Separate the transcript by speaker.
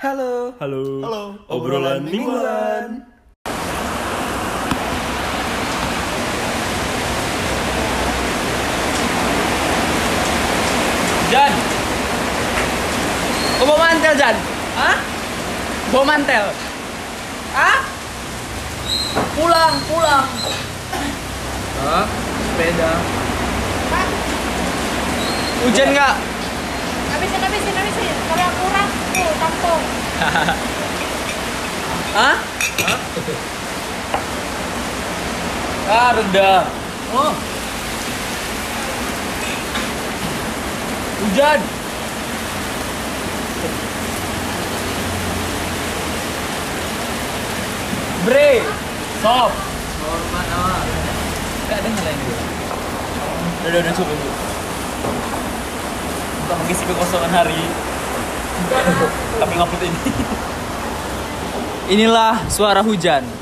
Speaker 1: Halo.
Speaker 2: Halo.
Speaker 3: Halo.
Speaker 2: Obrolan mingguan.
Speaker 1: Jan. Kau bawa mantel, Jan? Hah? Bawa mantel. Hah? Pulang, pulang. Hah? Sepeda. Hujan nggak?
Speaker 4: Habisin, habisin, habisin. Kalau yang kurang, tuh, tampung.
Speaker 1: Hah? Ah, rendah. Oh. Hujan. Bre, sob. Hormat awak. Enggak ada nyalain dia. Udah, udah, cukup. cukup. Untuk mengisi kekosongan hari. Kami ngupload ini. Inilah suara hujan.